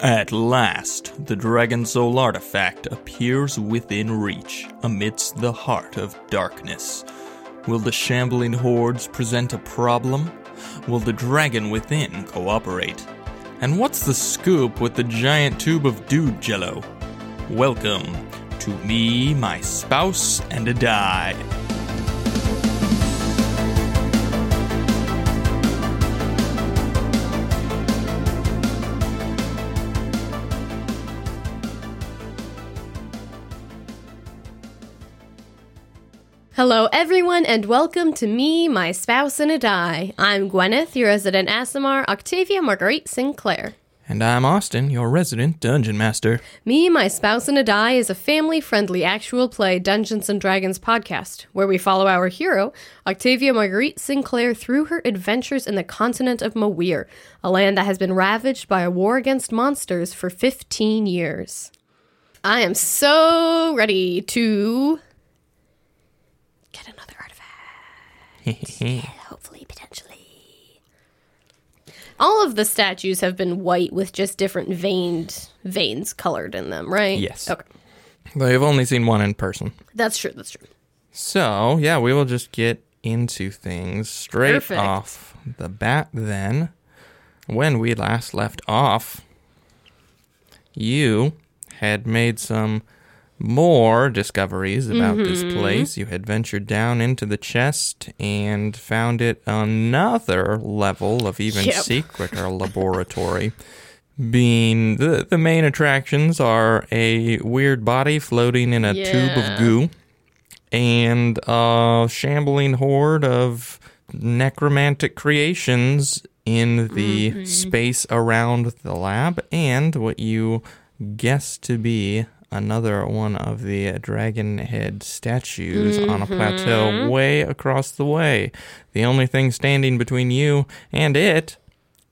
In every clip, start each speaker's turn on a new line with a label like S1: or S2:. S1: At last, the Dragon Soul artifact appears within reach, amidst the heart of darkness. Will the shambling hordes present a problem? Will the dragon within cooperate? And what's the scoop with the giant tube of dude jello? Welcome to Me, My Spouse, and a Die.
S2: Hello, everyone, and welcome to me, my spouse, and a die. I'm Gwyneth, your resident Asimar, Octavia Marguerite Sinclair.
S1: And I'm Austin, your resident dungeon master.
S2: Me, my spouse, and a die is a family-friendly actual play Dungeons and Dragons podcast where we follow our hero, Octavia Marguerite Sinclair, through her adventures in the continent of Mawir, a land that has been ravaged by a war against monsters for 15 years. I am so ready to get another artifact. Hopefully, potentially. All of the statues have been white with just different veined veins colored in them, right?
S1: Yes.
S2: Okay.
S1: They've only seen one in person.
S2: That's true. That's true.
S1: So, yeah, we will just get into things straight
S2: Perfect.
S1: off the bat then. When we last left off, you had made some more discoveries about this
S2: Mm-hmm.
S1: place. You had ventured down into the chest and found it another level of even
S2: Yep.
S1: secreter laboratory. Being the, the main attractions are a weird body floating in a tube
S2: Yeah.
S1: of goo and a shambling horde of necromantic creations in the space around the lab, and what you guess to be another one of the dragon head statues on a plateau way across the way. The only thing standing between you and it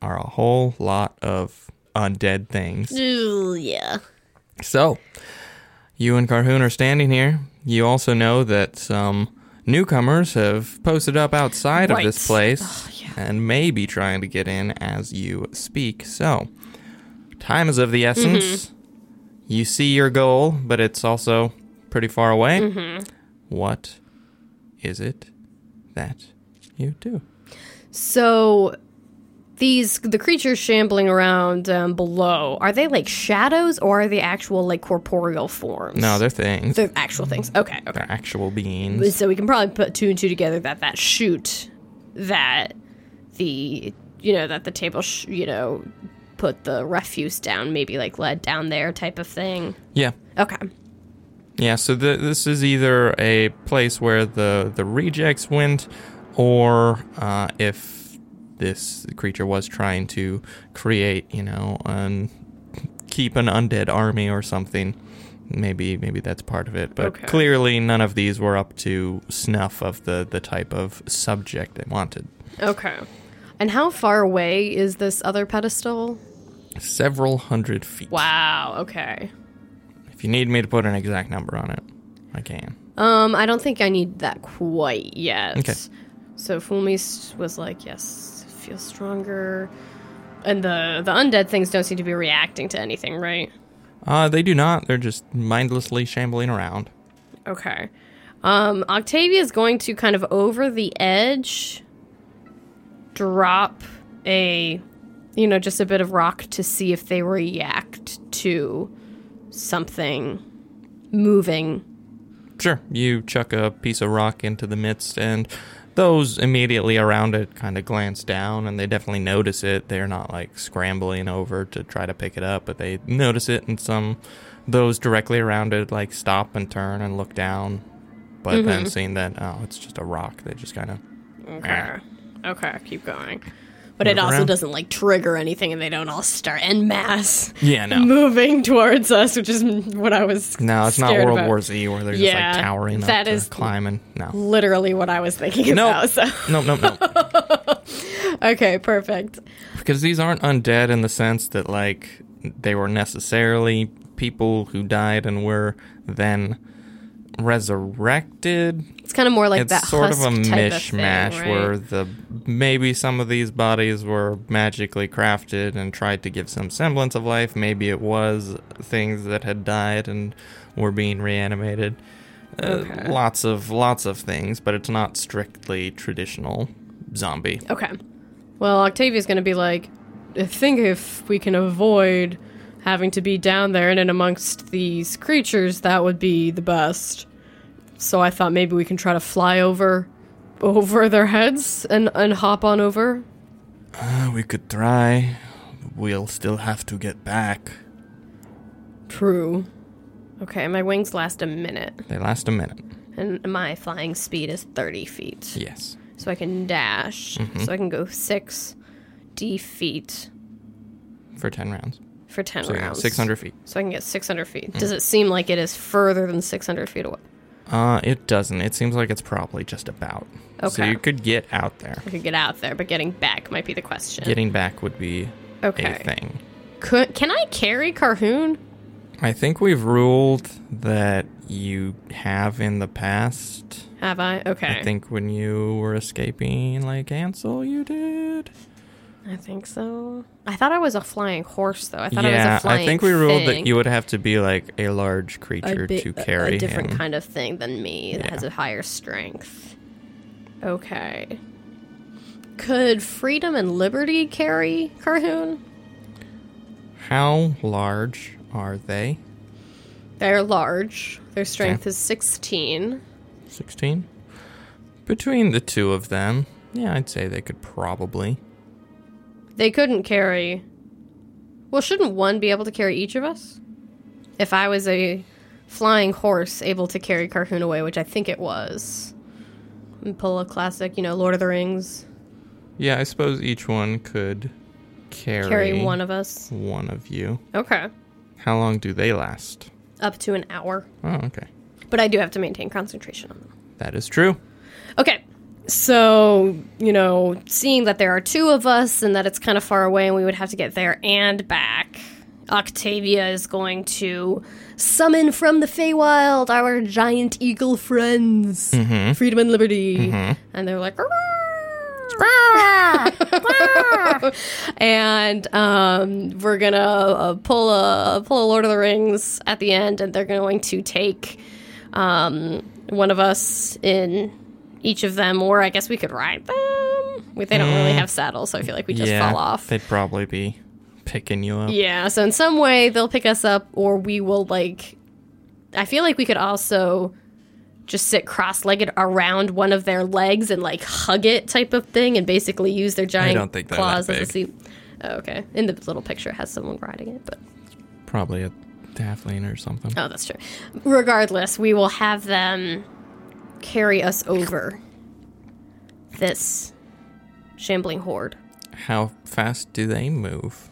S1: are a whole lot of undead things.
S2: Ooh, yeah.
S1: So, you and Carhoon are standing here. You also know that some newcomers have posted up outside of this
S2: Right. Oh,
S1: place and may be trying to get in as you speak. So, time is of the essence.
S2: Mm-hmm.
S1: You see your goal, but it's also pretty far away.
S2: Mm-hmm.
S1: What is it that you do?
S2: So these the creatures shambling around um, below are they like shadows or are they actual like corporeal forms?
S1: No, they're things.
S2: they're actual things. Okay, okay.
S1: They're actual beings.
S2: So we can probably put two and two together that that shoot that the you know that the table sh- you know put the refuse down maybe like led down there type of thing.
S1: Yeah.
S2: Okay.
S1: Yeah, so the, this is either a place where the, the rejects went, or uh, if this creature was trying to create, you know, and keep an undead army or something. Maybe maybe that's part of it, but
S2: Okay.
S1: clearly none of these were up to snuff of the, the type of subject they wanted.
S2: Okay. And how far away is this other pedestal?
S1: Several hundred feet.
S2: Wow, okay.
S1: If you need me to put an exact number on it, I can.
S2: Um, I don't think I need that quite yet.
S1: Okay.
S2: So Fumi s- was like, "Yes, feel stronger," and the the undead things don't seem to be reacting to anything, right?
S1: Uh, they do not. They're just mindlessly shambling around.
S2: Okay. Um, Octavia is going to kind of over the edge drop a, you know, just a bit of rock to see if they react to something moving.
S1: Sure. You chuck a piece of rock into the midst, and those immediately around it kind of glance down, and they definitely notice it. They're not like scrambling over to try to pick it up, but they notice it, and some those directly around it like stop and turn and look down. But then seeing that, oh, it's just a rock, they just kind of.
S2: Mm-hmm. Okay. Okay, keep going. But
S1: Move
S2: it also
S1: around.
S2: doesn't like trigger anything, and they don't all start en masse
S1: Yeah, no.
S2: moving towards us, which is what I was.
S1: No, it's not
S2: scared
S1: World
S2: about.
S1: War Z where they're just
S2: Yeah,
S1: like towering up
S2: that
S1: to
S2: is-
S1: climbing. No.
S2: Literally, what I was thinking
S1: No.
S2: about. So,
S1: No, no, no.
S2: okay, perfect.
S1: Because these aren't undead in the sense that, like, they were necessarily people who died and were then resurrected.
S2: It's kind of more like
S1: it's
S2: that
S1: sort of a
S2: husk type of thing,
S1: mishmash
S2: right?
S1: where the maybe some of these bodies were magically crafted and tried to give some semblance of life. Maybe it was things that had died and were being reanimated. Uh, Lots of lots of things, but it's not strictly traditional zombie.
S2: Okay. Well, Octavia's going to be like, I think if we can avoid having to be down there in and amongst these creatures, that would be the best. So I thought maybe we can try to fly over over their heads and, and hop on over.
S1: Uh, we could try. We'll still have to get back.
S2: True. Okay, my wings last a minute,
S1: They last a minute.
S2: and my flying speed is 30 feet.
S1: Yes.
S2: So I can dash.
S1: Mm-hmm.
S2: So I can go 6d feet
S1: For 10 rounds.
S2: for 10
S1: So, yeah,
S2: rounds.
S1: 600 feet.
S2: So I can get 600 feet.
S1: Mm.
S2: Does it seem like it is further than 600 feet away?
S1: Uh, it doesn't. It seems like it's probably just about. So
S2: Okay.
S1: you could get out there.
S2: I could get out there, but getting back might be the question.
S1: Getting back would be a
S2: Okay.
S1: thing.
S2: Could, can I carry Carhoon?
S1: I think we've ruled that you have in the past.
S2: Have I? Okay.
S1: I think when you were escaping Lake Ansel, you did.
S2: I think so. I thought I was a flying horse, though. I thought I
S1: yeah,
S2: was a flying
S1: I think we ruled
S2: thing.
S1: that you would have to be like a large
S2: A
S1: creature
S2: bit-
S1: to
S2: a-
S1: carry
S2: a different
S1: him.
S2: kind of thing than me that
S1: Yeah.
S2: has a higher strength. Okay. Could freedom and liberty carry Carhoon?
S1: How large are they?
S2: They're large. Their strength is 16.
S1: 16? Between the two of them, yeah, I'd say they could probably.
S2: They couldn't carry. Well, shouldn't one be able to carry each of us? If I was a flying horse able to carry Carhoon away, which I think it was, and pull a classic, you know, Lord of the Rings,
S1: Yeah, I suppose each one could carry,
S2: carry one of us.
S1: one of you.
S2: Okay.
S1: How long do they last?
S2: Up to an hour.
S1: Oh, okay.
S2: But I do have to maintain concentration on them.
S1: That is true.
S2: Okay. So, you know, seeing that there are two of us and that it's kind of far away and we would have to get there and back, Octavia is going to summon from the Feywild our giant eagle friends, freedom and liberty. And they're like, and um, we're gonna uh, pull a pull a Lord of the Rings at the end, and they're going to take um, one of us in each of them, or I guess we could ride them. We, they don't really have saddles, so I feel like we just
S1: yeah,
S2: fall off.
S1: They'd probably be picking you up.
S2: yeah, so in some way they'll pick us up, or we will like. I feel like we could also just sit cross-legged around one of their legs and like hug it, type of thing, and basically use their giant
S1: don't think they're that
S2: claws as a
S1: big.
S2: seat. Oh, okay, in the little picture it has someone riding it, but
S1: Probably a halfling or something.
S2: oh, that's true. Regardless, we will have them carry us over this shambling horde.
S1: How fast do they move?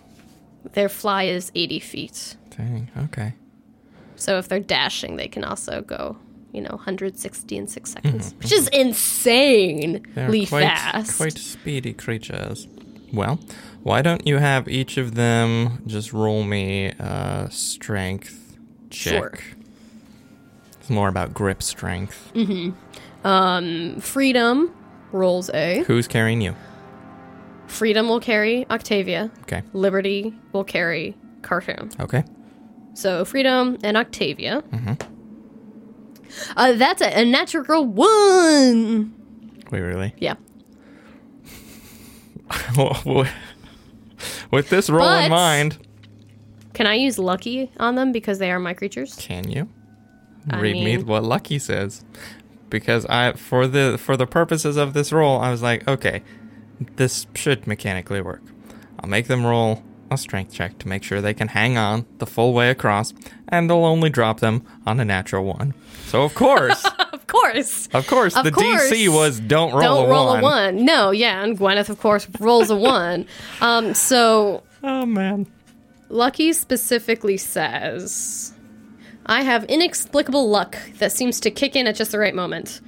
S2: Their fly is 80 feet.
S1: Dang, okay.
S2: So if they're dashing, they can also go, you know, 160 in six seconds, which is insanely
S1: They're Mm-hmm. quite,
S2: fast.
S1: quite speedy creatures. Well, why don't you have each of them just roll me a strength check?
S2: Sure.
S1: It's more about grip strength.
S2: Mm. Freedom rolls A.
S1: Who's carrying you?
S2: Freedom will carry Octavia.
S1: Okay.
S2: Liberty will carry Carhoon.
S1: Okay.
S2: So Freedom and Octavia.
S1: Mm-hmm.
S2: Uh, that's a, a natural one.
S1: Wait, really?
S2: Yeah.
S1: With this roll
S2: But-
S1: in mind,
S2: Can I use lucky on them because they are my creatures?
S1: can you
S2: I
S1: read me
S2: mean-
S1: what Lucky says? Because I, for the for the purposes of this roll, I was like, okay, this should mechanically work. I'll make them roll a strength check to make sure they can hang on the full way across, and they'll only drop them on a natural one. So of course,
S2: Of course.
S1: of course,
S2: Of
S1: the DC
S2: course.
S1: was don't Uh, roll
S2: Don't
S1: a
S2: roll
S1: one.
S2: a one. No, yeah, and Gwyneth, of course, rolls a one. Um, so
S1: Oh man.
S2: Lucky specifically says, I have inexplicable luck that seems to kick in at just the right moment.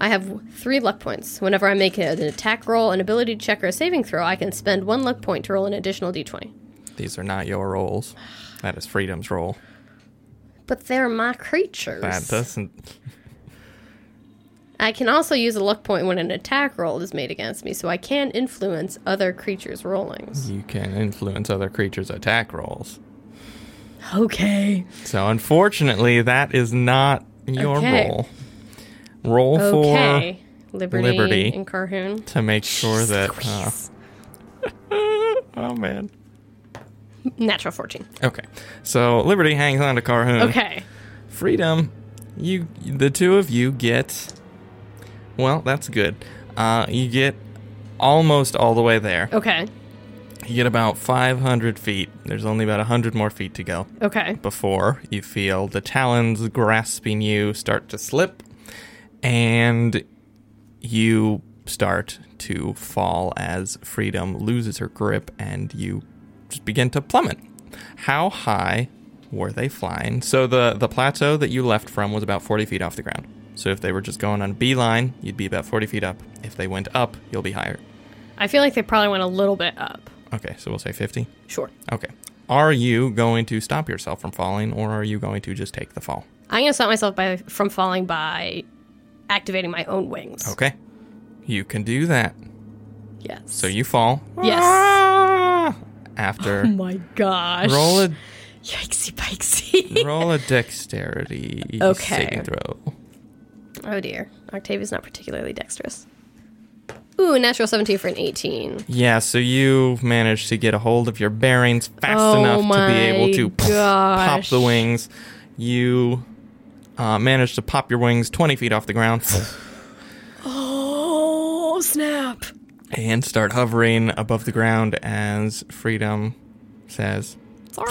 S2: I have three luck points. Whenever I make an attack roll, an ability check, or a saving throw, I can spend one luck point to roll an additional d20.
S1: These are not your rolls. That is Freedom's roll.
S2: but they're my creatures.
S1: That doesn't.
S2: I can also use a luck point when an attack roll is made against me, so I can influence other creatures' rollings.
S1: You can influence other creatures' attack rolls.
S2: Okay.
S1: So unfortunately, that is not your
S2: Okay.
S1: role. Roll
S2: Okay. Liberty,
S1: Liberty.
S2: and Carhoon.
S1: for to make sure that. uh, oh man.
S2: Natural 14.
S1: Okay. So Liberty hangs on to Carhoon.
S2: Okay.
S1: Freedom. You, the two of you get. Well, that's good. Uh, you get almost all the way there.
S2: Okay.
S1: You get about 500 feet. There's only about 100 more feet to go
S2: Okay.
S1: before you feel the talons grasping you start to slip and you start to fall as freedom loses her grip and you just begin to plummet. How high were they flying? So the the plateau that you left from was about 40 feet off the ground. So if they were just going on a beeline, you'd be about 40 feet up. If they went up, you'll be higher.
S2: I feel like they probably went a little bit up.
S1: Okay, so we'll say 50.
S2: Sure.
S1: Okay. Are you going to stop yourself from falling or are you going to just take the fall?
S2: I'm going to stop myself by from falling by activating my own wings.
S1: Okay. You can do that.
S2: Yes.
S1: So you fall.
S2: Yes.
S1: Ah!
S2: Oh
S1: After
S2: my gosh.
S1: roll a
S2: Yikesy pikesy.
S1: roll a dexterity
S2: Okay.
S1: saving throw.
S2: oh dear. Octavia's not particularly dexterous. Ooh, natural 17 for an 18.
S1: Yeah, so you manage to get a hold of your bearings fast
S2: Oh
S1: enough to be able
S2: my
S1: to pop
S2: gosh.
S1: the wings. You uh, manage to pop your wings 20 feet off the ground
S2: Oh, snap.
S1: and start hovering above the ground as Freedom says,
S2: Sorry.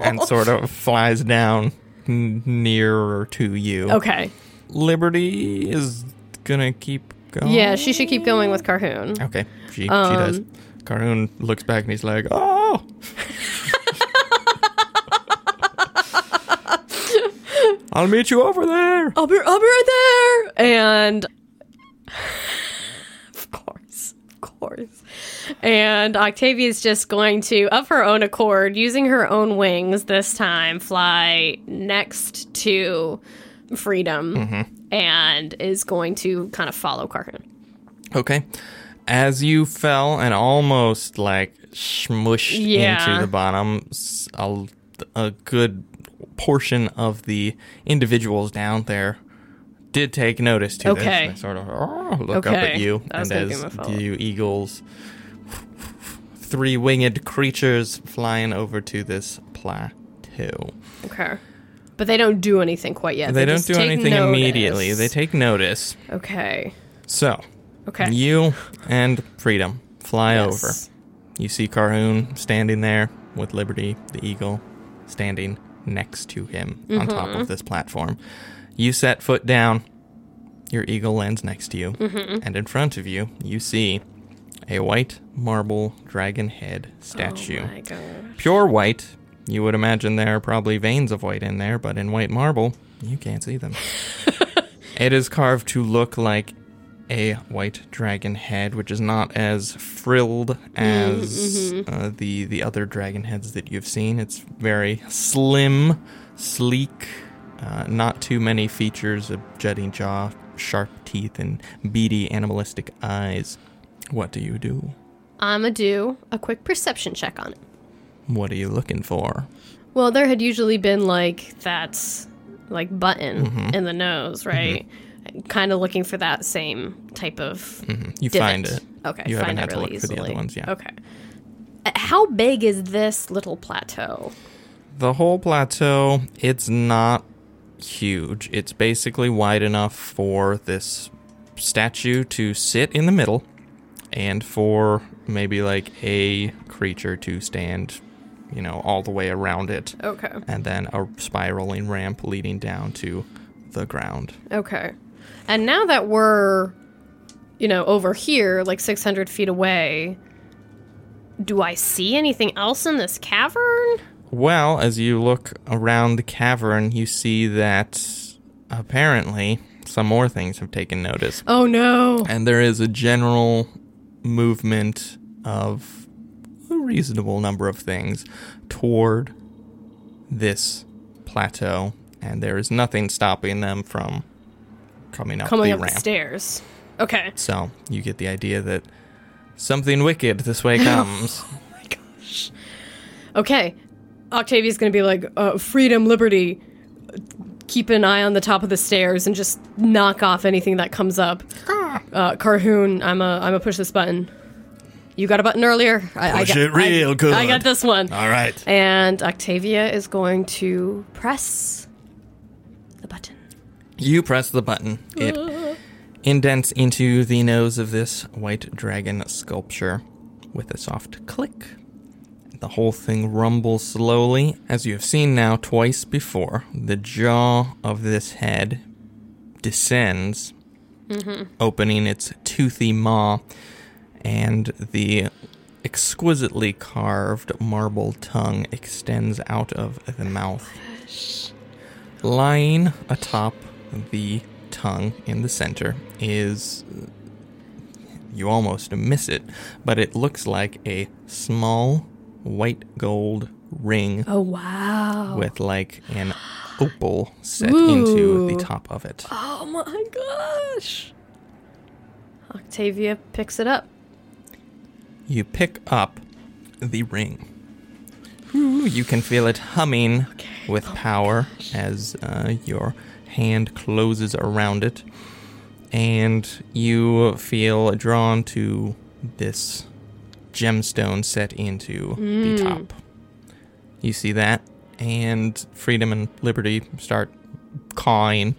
S1: and sort of flies down n- nearer to you.
S2: okay.
S1: Liberty is gonna keep going.
S2: Yeah, she should keep going with Carhoon.
S1: Okay. She she does. Carhoon looks back and he's like, "Oh, I'll meet you over there."
S2: I'll be, I'll be right there. And of course, of course. And Octavia's just going to, of her own accord, using her own wings this time, fly next to Freedom
S1: Mm-hmm.
S2: and is going to kind of follow Carhoon.
S1: Okay. As you fell and almost like smushed
S2: Yeah.
S1: into the bottom, s- a, a good portion of the individuals down there did take notice to this.
S2: Okay.
S1: They sort of "Oh," look up at
S2: Okay.
S1: you,
S2: That was
S1: and
S2: gonna be my
S1: as
S2: follow-up.
S1: you eagles, three winged creatures flying over to this plateau.
S2: Okay. But they don't do anything quite yet.
S1: They, don't
S2: just
S1: do
S2: take
S1: anything
S2: notice.
S1: immediately. They take notice.
S2: Okay.
S1: So
S2: Okay.
S1: you and freedom fly over.
S2: Yes.
S1: You see Carhoon standing there with Liberty, the eagle, standing next to him on top
S2: Mm-hmm.
S1: of this platform. You set foot down, your eagle lands next to you,
S2: Mm-hmm.
S1: and in front of you, you see a white marble dragon head statue.
S2: Oh my god.
S1: Pure white. You would imagine there are probably veins of white in there, but in white marble, you can't see them. it is carved to look like a white dragon head, which is not as frilled as uh, the the other dragon heads that you've seen. It's very slim, sleek, uh, not too many features: a jutting jaw, sharp teeth, and beady animalistic eyes. What do you do?
S2: I'm going to do a quick perception check on it.
S1: What are you looking for?
S2: Well, there had usually been like that, like button
S1: Mm-hmm.
S2: in the nose, right? Kind of looking for that same type of
S1: You
S2: divot.
S1: Mm, find it.
S2: Okay,
S1: You haven't
S2: find
S1: had
S2: it
S1: to
S2: really
S1: look for the
S2: easily.
S1: other ones, yeah.
S2: Okay. Uh, How big is this little plateau?
S1: The whole plateau, it's not huge. It's basically wide enough for this statue to sit in the middle and for maybe like a creature to stand, you know, all the way around it.
S2: Okay.
S1: And then a spiraling ramp leading down to the ground.
S2: Okay. And now that we're, you know, over here, like 600 feet away, do I see anything else in this cavern?
S1: Well, as you look around the cavern, you see that apparently some more things have taken notice.
S2: Oh no.
S1: and there is a general movement of unreasonable number of things toward this plateau, and there is nothing stopping them from coming up
S2: coming
S1: the
S2: up
S1: ramp.
S2: the stairs. Okay.
S1: so you get the idea that something wicked this way comes.
S2: my gosh. Okay. Octavia's gonna be like, uh, freedom, liberty. Keep an eye on the top of the stairs and just knock off anything that comes up. Uh, Carhoon, I'm a, I'm a push this button. You got a button earlier. I,
S1: Push
S2: I got,
S1: it real
S2: I,
S1: good. Ah.
S2: I got this one.
S1: All right.
S2: And Octavia is going to press the button.
S1: You press the button. It indents into the nose of this white dragon sculpture with a soft click. The whole thing rumbles slowly, as you have seen now twice before. The jaw of this head descends,
S2: Mm-hmm.
S1: opening its toothy maw, and the exquisitely carved marble tongue extends out of the mouth lying atop the tongue in the center is you almost miss it but it looks like a small white gold ring
S2: Oh wow!
S1: with like an opal set into
S2: Ooh.
S1: the top of it
S2: Oh my gosh! Octavia picks it up.
S1: you pick up the ring Ooh, you can feel it humming with power as uh, your hand closes around it and you feel drawn to this gemstone set into the top you see that and freedom and liberty start cawing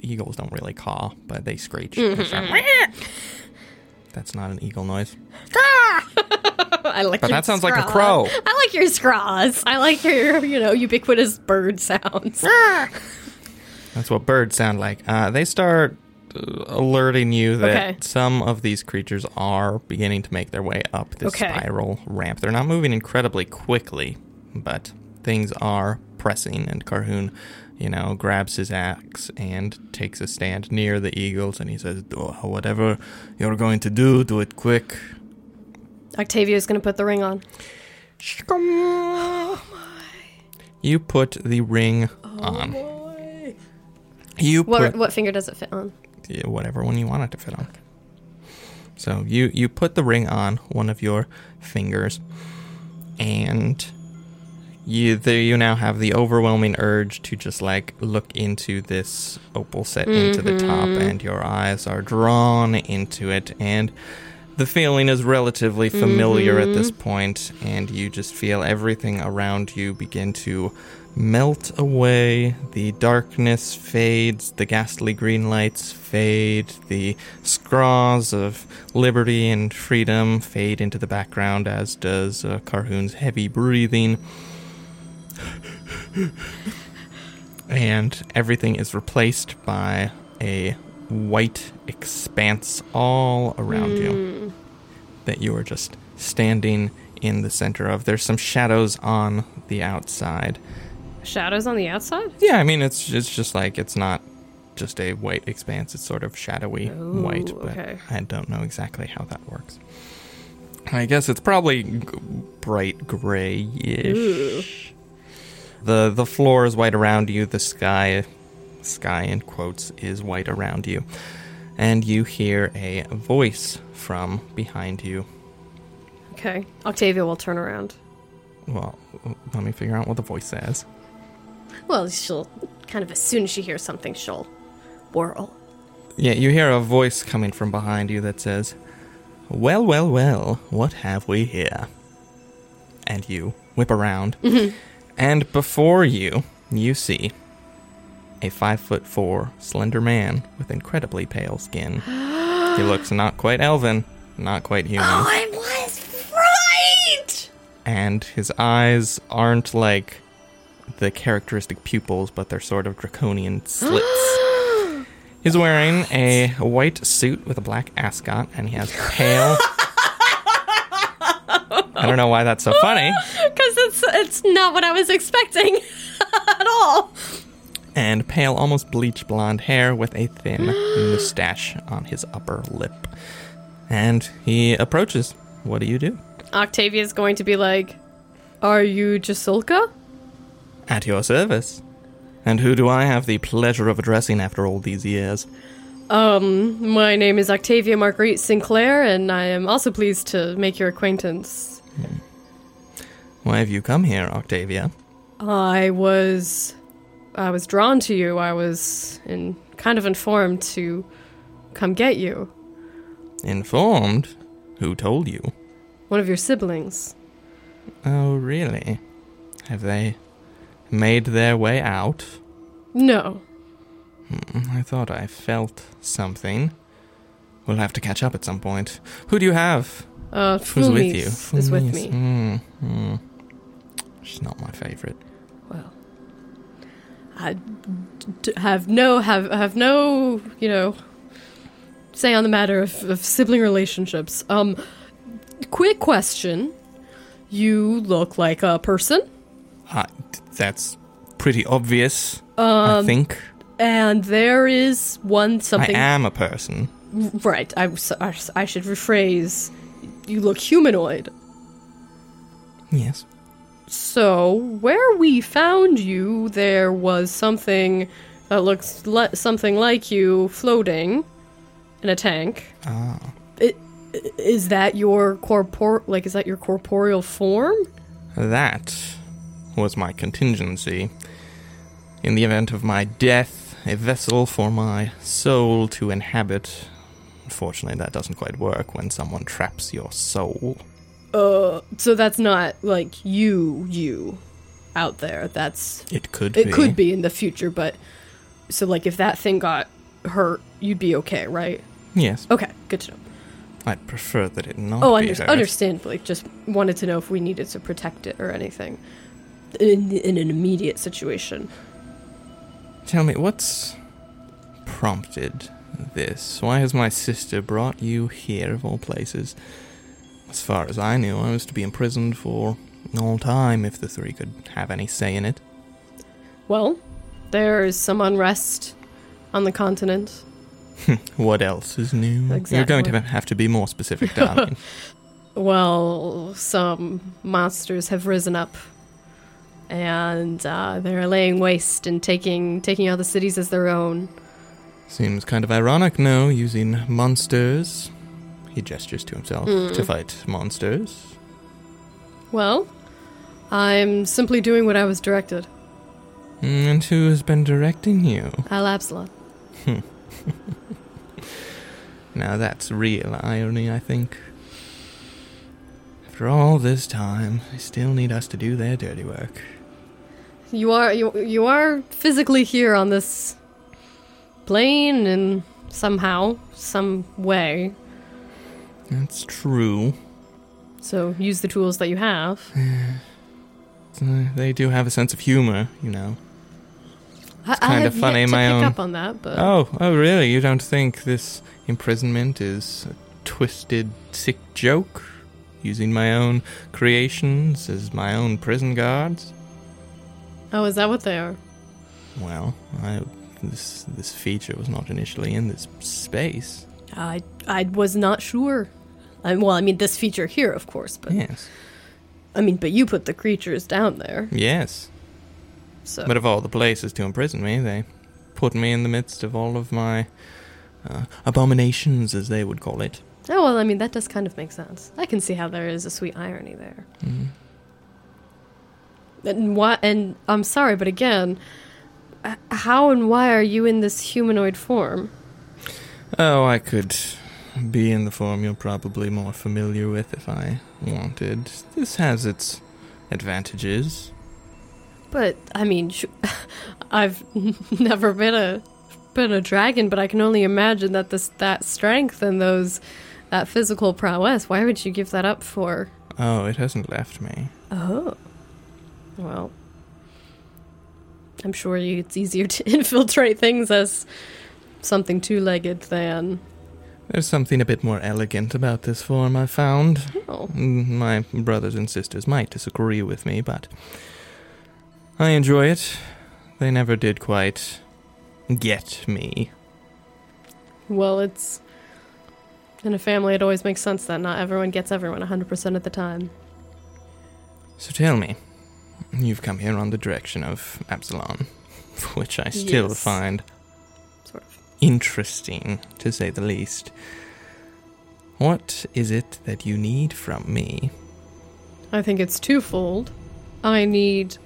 S1: eagles don't really caw but they screech They start- that's not an eagle noise
S2: I like
S1: but
S2: your
S1: that sounds like a
S2: scraw.
S1: crow
S2: I like your scraws. I like your you know ubiquitous bird sounds.
S1: That's what birds sound like. Uh, they start uh, alerting you that
S2: Okay.
S1: some of these creatures are beginning to make their way up this
S2: Okay.
S1: spiral ramp. They're not moving incredibly quickly, but things are pressing. And Carhoon, you know, grabs his axe and takes a stand near the eagles, and he says, "Oh, "Whatever you're going to do, do it quick."
S2: Octavia's gonna put the ring on. Oh,
S1: You put the ring on. You
S2: What
S1: put
S2: what finger does it fit on?
S1: Yeah, whatever one you want it to fit on. So you you put the ring on one of your fingers, and you there you now have the overwhelming urge to just like look into this opal set into the top, and your eyes are drawn into it, and the feeling is relatively familiar at this point, and you just feel everything around you begin to melt away. The darkness fades, the ghastly green lights fade, the scraws of liberty and freedom fade into the background, as does uh, Carhoon's heavy breathing. and everything is replaced by a white expanse all around you that you are just standing in the center of. There's some shadows on the outside.
S2: Shadows on the outside.
S1: Yeah, I mean it's it's just like it's not just a white expanse. It's sort of shadowy white,
S2: Ooh,
S1: but
S2: okay.
S1: I don't know exactly how that works. I guess it's probably g- bright grayish. The the floor is white around you. The sky, sky in quotes, is white around you, and you hear a voice from behind you.
S2: Okay. Octavia will turn around.
S1: Well, let me figure out what the voice says.
S2: Well, she'll kind of as soon as she hears something, she'll whirl.
S1: Yeah, you hear a voice coming from behind you that says, Well, well, well, what have we here? And you whip around. And before you, you see a five foot four slender man with incredibly pale skin. he looks not quite elven, not quite human.
S2: Oh, I was right.
S1: And his eyes aren't like the characteristic pupils, but they're sort of draconian slits. He's wearing a white suit with a black ascot, and he has pale. I don't know why that's so funny.
S2: Because it's it's not what I was expecting at all.
S1: And pale, almost bleach blonde hair with a thin mustache on his upper lip. And he approaches. What do you do?
S2: Octavia's going to be like, Are you Jasulka?
S1: At your service. And who do I have the pleasure of addressing after all these years?
S2: Um, my name is Octavia Marguerite Sinclair, and I am also pleased to make your acquaintance.
S1: Why have you come here, Octavia?
S2: I was. I was drawn to you. I was in, kind of informed to come get you.
S1: Informed? Who told you?
S2: One of your siblings.
S1: Oh, really? Have they made their way out?
S2: No.
S1: Hmm, I thought I felt something. We'll have to catch up at some point. Who do you have?
S2: Uh,
S1: Who's with you?
S2: Flumis is with
S1: Flumis. Mm,
S2: me.
S1: mm. She's not my favorite.
S2: Well, I d- d- have no have have no you know say on the matter of, of sibling relationships. Um, quick question: You look like a person,
S1: I, that's pretty obvious, I think.
S2: Uh, and there is one Um, something
S1: I am a person.
S2: right. I, was- I s- I should rephrase: You look humanoid.
S1: Yes.
S2: So where we found you, there was something that looks li- something like you floating in a tank.
S1: Ah.
S2: I- Is that your corpor like is that your corporeal form?
S1: That was my contingency. In the event of my death, a vessel for my soul to inhabit. Unfortunately, that doesn't quite work when someone traps your soul.
S2: Uh, so that's not like you, you, out there. That's
S1: It could
S2: it
S1: be.
S2: could be in the future, but so like if that thing got hurt, you'd be okay, right?
S1: Yes.
S2: Okay, good to know.
S1: I'd prefer that it not
S2: Oh,
S1: be.
S2: under-
S1: hers.
S2: understandably, just wanted to know if we needed to protect it or anything in, in an immediate situation.
S1: Tell me, what's prompted this? Why has my sister brought you here, of all places? As far as I knew, I was to be imprisoned for all time if the three could have any say in it.
S2: Well, there is some unrest on the continent.
S1: What else is new? You're going to
S2: Exactly.
S1: have to be more specific, darling.
S2: Well, some monsters have risen up, and uh, they're laying waste and taking taking out the cities as their own.
S1: Seems kind of ironic, no, using monsters. He gestures to himself to fight monsters.
S2: Well, I'm simply doing what I was directed.
S1: Mm, And who has been directing you?
S2: Al Absalon.
S1: Now that's real irony, I think. After all this time, they still need us to do their dirty work.
S2: You are you, you are physically here on this plane, and somehow, some way.
S1: That's true.
S2: So use the tools that you have.
S1: Uh, They do have a sense of humor, you know.
S2: I, I
S1: kinda
S2: have yet
S1: funny,
S2: to
S1: my
S2: pick
S1: own-
S2: up on that, but
S1: Oh, oh, really? You don't think this imprisonment is a twisted, sick joke? Using my own creations as my own prison guards?
S2: oh, is that what they are?
S1: Well, I, this this feature was not initially in this space.
S2: I I was not sure. I, well, I mean this feature here, of course, but
S1: Yes,
S2: I mean, but you put the creatures down there,
S1: yes.
S2: so
S1: But of all the places to imprison me, they put me in the midst of all of my uh, abominations, as they would call it.
S2: oh well. I mean that does kind of make sense. I can see how there is a sweet irony there.
S1: Mm.
S2: And why? And I'm sorry, but again, h- how and why are you in this humanoid form?
S1: Oh, I could be in the form you're probably more familiar with if I wanted. This has its advantages.
S2: But I mean, sh- I've never been a been a dragon, but I can only imagine that this that strength and those that physical prowess. Why would you give that up for?
S1: Oh, it hasn't left me.
S2: Oh, well, I'm sure you, it's easier to infiltrate things as something two-legged than
S1: There's something a bit more elegant about this form I found.
S2: oh,
S1: Mm, My brothers and sisters might disagree with me, but I enjoy it. They never did quite get me.
S2: well, it's In a family, it always makes sense that not everyone gets everyone 100% of the time.
S1: So tell me, you've come here on the direction of Absalom, which I still
S2: Yes.
S1: find
S2: Sort of.
S1: interesting, to say the least. What is it that you need from me?
S2: I think it's twofold. I need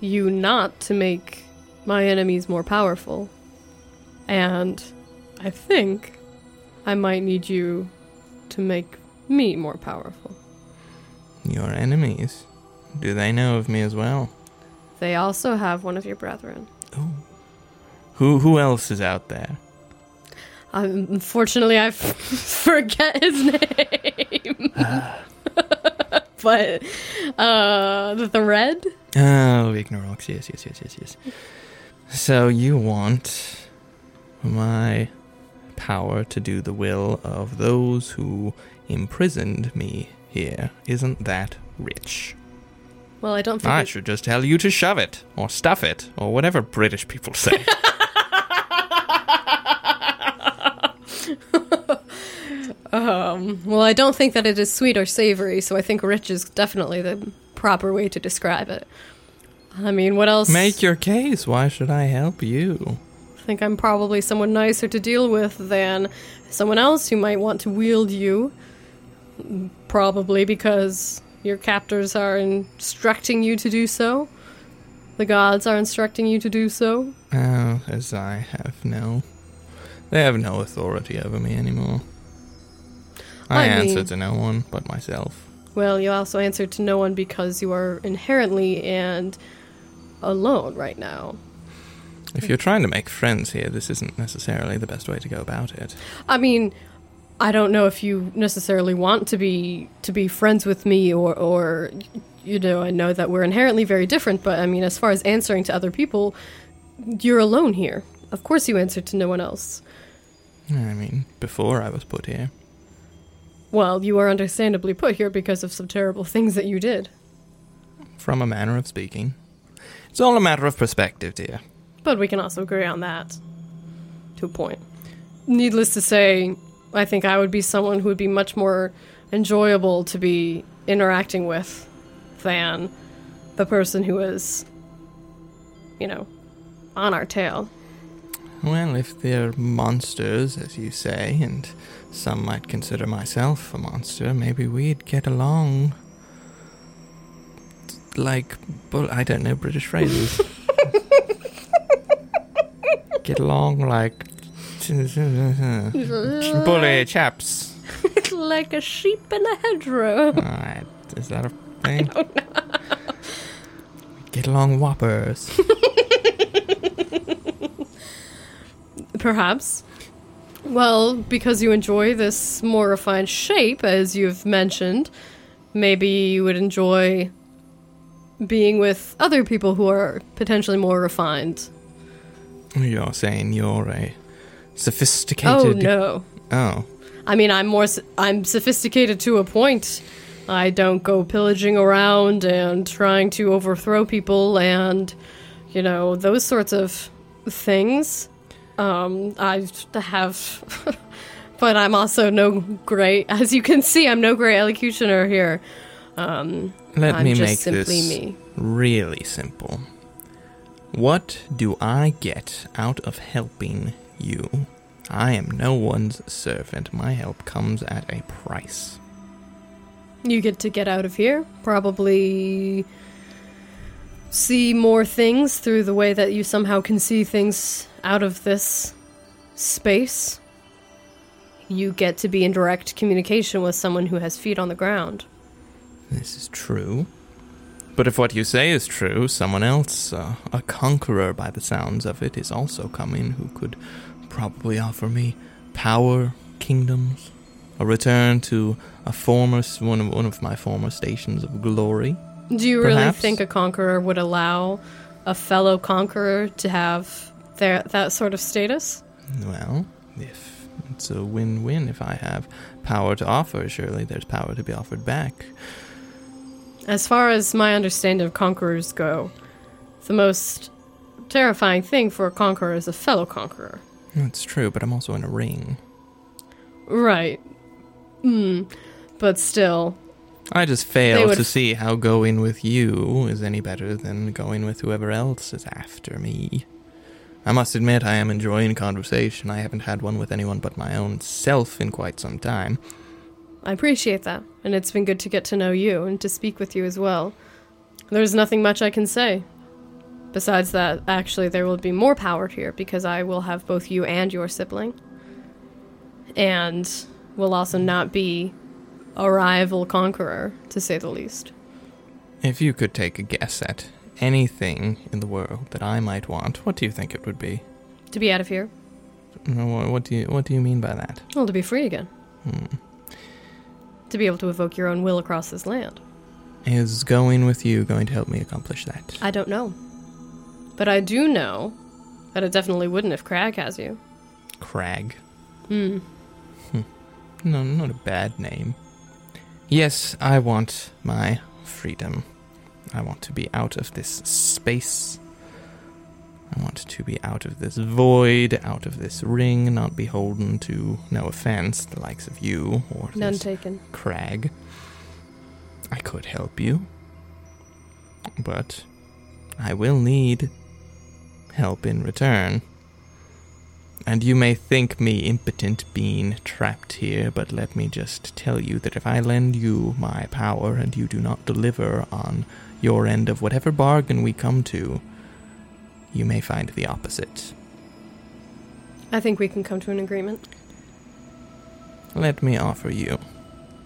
S2: you not to make my enemies more powerful. And I think I might need you to make me more powerful.
S1: Your enemies. Do they know of me as well?
S2: They also have one of your brethren.
S1: Who who else is out there?
S2: Um, unfortunately, I f- forget his name. but uh, the thread?
S1: Oh, Ignorox, yes, yes, yes, yes, yes. So you want my power to do the will of those who imprisoned me here. Isn't that rich?
S2: Well, I don't think.
S1: I
S2: it-
S1: should just tell you to shove it, or stuff it, or whatever British people say.
S2: Um, well, I don't think that it is sweet or savory, so I think rich is definitely the proper way to describe it. I mean, what else?
S1: Make your case. Why should I help you?
S2: I think I'm probably someone nicer to deal with than someone else who might want to wield you. Probably because your captors are instructing you to do so. The gods are instructing you to do so.
S1: Oh, as I have no. They have no authority over me anymore. I,
S2: I
S1: answer
S2: mean-
S1: to no one but myself.
S2: Well, you also answer to no one because you are inherently and alone right now.
S1: If you're trying to make friends here, this isn't necessarily the best way to go about it.
S2: I mean, I don't know if you necessarily want to be to be friends with me or or you know, I know that we're inherently very different, but I mean, as far as answering to other people, you're alone here. Of course you answer to no one else.
S1: I mean, before I was put here.
S2: Well, you are understandably put here because of some terrible things that you did.
S1: From a manner of speaking. It's all a matter of perspective, dear.
S2: But we can also agree on that to a point. Needless to say, I think I would be someone who would be much more enjoyable to be interacting with than the person who is, you know, on our tail.
S1: Well, if they're monsters, as you say, and some might consider myself a monster, maybe we'd get along. Like, bull- I don't know British phrases. get along like. bully chaps.
S2: like a sheep in a hedgerow.
S1: Alright, is that a thing? Get along whoppers.
S2: Perhaps. Well, because you enjoy this more refined shape, as you've mentioned, maybe you would enjoy being with other people who are potentially more refined.
S1: Oh, you're saying you're a sophisticated.
S2: oh no!
S1: Oh.
S2: I mean, I'm more s- I'm sophisticated to a point. I don't go pillaging around and trying to overthrow people and you know those sorts of things. Um, I have, but I'm also no great. As you can see, I'm no great elocutioner here. Um,
S1: Let
S2: I'm
S1: me
S2: just
S1: make
S2: simply
S1: this
S2: me.
S1: really simple. What do I get out of helping you? I am no one's servant. My help comes at a price.
S2: You get to get out of here. Probably see more things through the way that you somehow can see things out of this space. You get to be in direct communication with someone who has feet on the ground.
S1: This is true. But if what you say is true, someone else, uh, a conqueror by the sounds of it, is also coming who could probably offer me power, kingdoms, a return to a former s- one of, one of my former stations of glory.
S2: Do you really
S1: Perhaps.
S2: think a conqueror would allow a fellow conqueror to have their, that sort of status?
S1: Well, if it's a win-win, if I have power to offer, surely there's power to be offered back.
S2: As far as my understanding of conquerors go, the most terrifying thing for a conqueror is a fellow conqueror.
S1: That's true, but I'm also in a ring.
S2: Right. Hmm. But still,
S1: I just
S2: They
S1: fail
S2: would-
S1: to see how going with you is any better than going with whoever else is after me. I must admit, I am enjoying conversation. I haven't had one with anyone but my own self in quite some time.
S2: I appreciate that, and it's been good to get to know you and to speak with you as well. There's nothing much I can say. Besides that, actually, there will be more power here because I will have both you and your sibling. And will also not be a rival conqueror, to say the least.
S1: If you could take a guess at anything in the world that I might want, what do you think it would be?
S2: To be out of here,
S1: No, wha- What do you What do you mean by that?
S2: well, to be free again.
S1: Hmm.
S2: To be able to evoke your own will across this land.
S1: Is going with you going to help me accomplish that?
S2: I don't know. But I do know that it definitely wouldn't if Crag has you.
S1: Crag.
S2: Hmm.
S1: No, not a bad name. Yes, I want my freedom. I want to be out of this space. I want to be out of this void, out of this ring, not beholden to, no offense, the likes of you or
S2: None
S1: this
S2: taken.
S1: crag. I could help you, but I will need help in return. And you may think me impotent being trapped here, but let me just tell you that if I lend you my power and you do not deliver on your end of whatever bargain we come to, you may find the opposite.
S2: I think we can come to an agreement.
S1: Let me offer you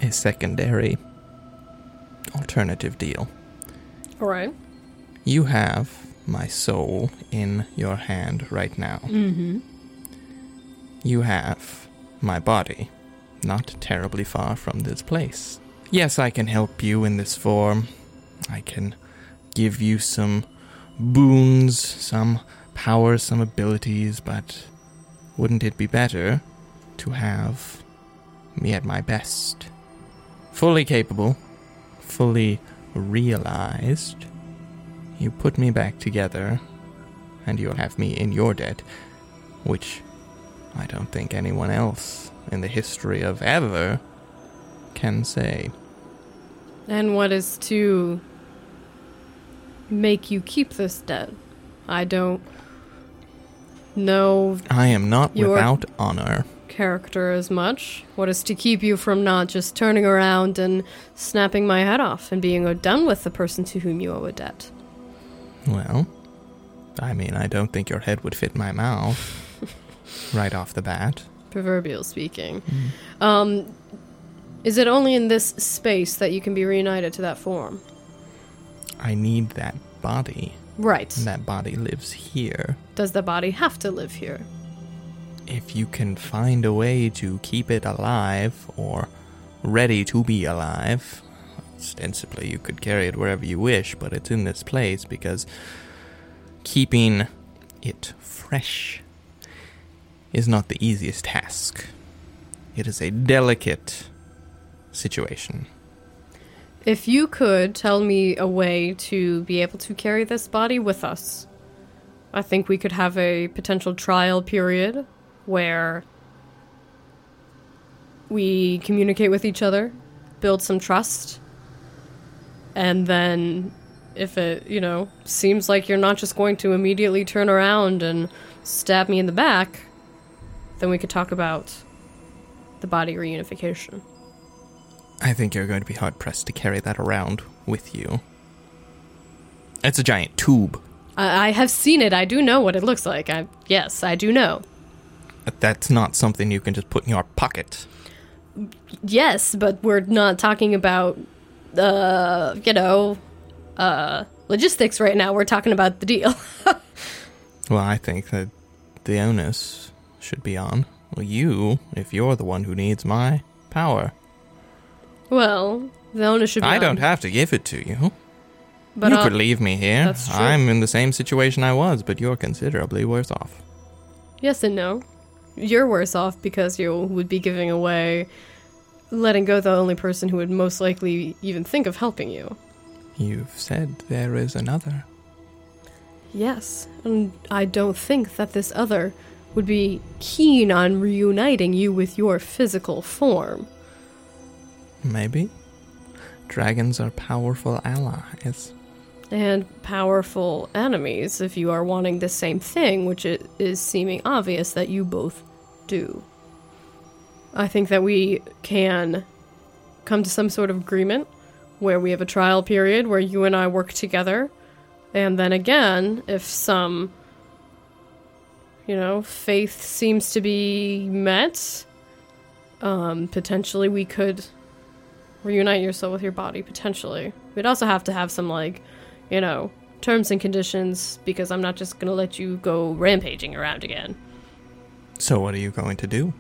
S1: a secondary alternative deal.
S2: All right.
S1: You have my soul in your hand right now.
S2: Mm-hmm.
S1: You have my body, not terribly far from this place. Yes, I can help you in this form. I can give you some boons, some powers, some abilities, but wouldn't it be better to have me at my best? Fully capable, fully realized. You put me back together, and you'll have me in your debt, which I don't think anyone else in the history of ever can say.
S2: And what is to make you keep this debt? I don't know
S1: I am not
S2: You're-
S1: without honor.
S2: character as much. What is to keep you from not just turning around and snapping my head off and being done with the person to whom you owe a debt?
S1: Well, I mean, I don't think your head would fit my mouth right off the bat.
S2: Proverbial speaking. Um, is it only in this space that you can be reunited to that form?
S1: I need that body,
S2: Right.
S1: and that body lives here.
S2: Does the body have to live here?
S1: If you can find a way to keep it alive or ready to be alive, ostensibly you could carry it wherever you wish, but it's in this place because keeping it fresh is not the easiest task. It is a delicate situation.
S2: If you could tell me a way to be able to carry this body with us, I think we could have a potential trial period where we communicate with each other, build some trust, and then if it, you know, seems like you're not just going to immediately turn around and stab me in the back, then we could talk about the body reunification.
S1: I think you're going to be hard pressed to carry that around with you. It's a giant tube.
S2: I I have seen it. I do know what it looks like. I yes, I do know.
S1: That's not something you can just put in your pocket.
S2: Yes, but we're not talking about uh, you know, uh logistics right now. We're talking about the deal.
S1: Well, I think that the onus should be on you if you're the one who needs my power.
S2: well, the owner should be
S1: I
S2: on,
S1: don't have to give it to you.
S2: but
S1: you
S2: uh,
S1: could leave me here.
S2: That's true.
S1: I'm in the same situation I was, but you're considerably worse off.
S2: yes and no. You're worse off because you would be giving away letting go the only person who would most likely even think of helping you.
S1: You've said there is another.
S2: Yes, and I don't think that this other would be keen on reuniting you with your physical form.
S1: Maybe. Dragons are powerful allies.
S2: and powerful enemies if you are wanting the same thing, which it is seeming obvious that you both do. I think that we can come to some sort of agreement where we have a trial period where you and I work together, and then again, if some, you know, faith seems to be met, um, potentially we could reunite your soul with your body, potentially. We'd also have to have some, like, you know, terms and conditions because I'm not just gonna let you go rampaging around again.
S1: So, what are you going to do?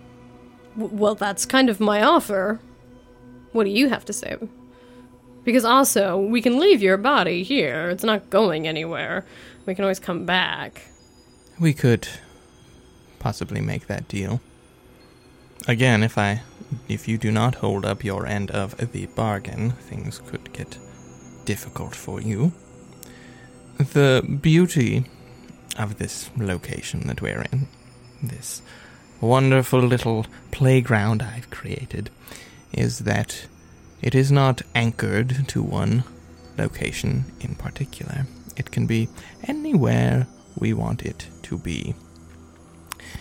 S2: W- well, that's kind of my offer. What do you have to say? Because also, we can leave your body here. It's not going anywhere. We can always come back.
S1: We could possibly make that deal. Again, if I if you do not hold up your end of the bargain, things could get difficult for you. The beauty of this location that we're in, this wonderful little playground I've created, is that it is not anchored to one location in particular. It can be anywhere we want it to be.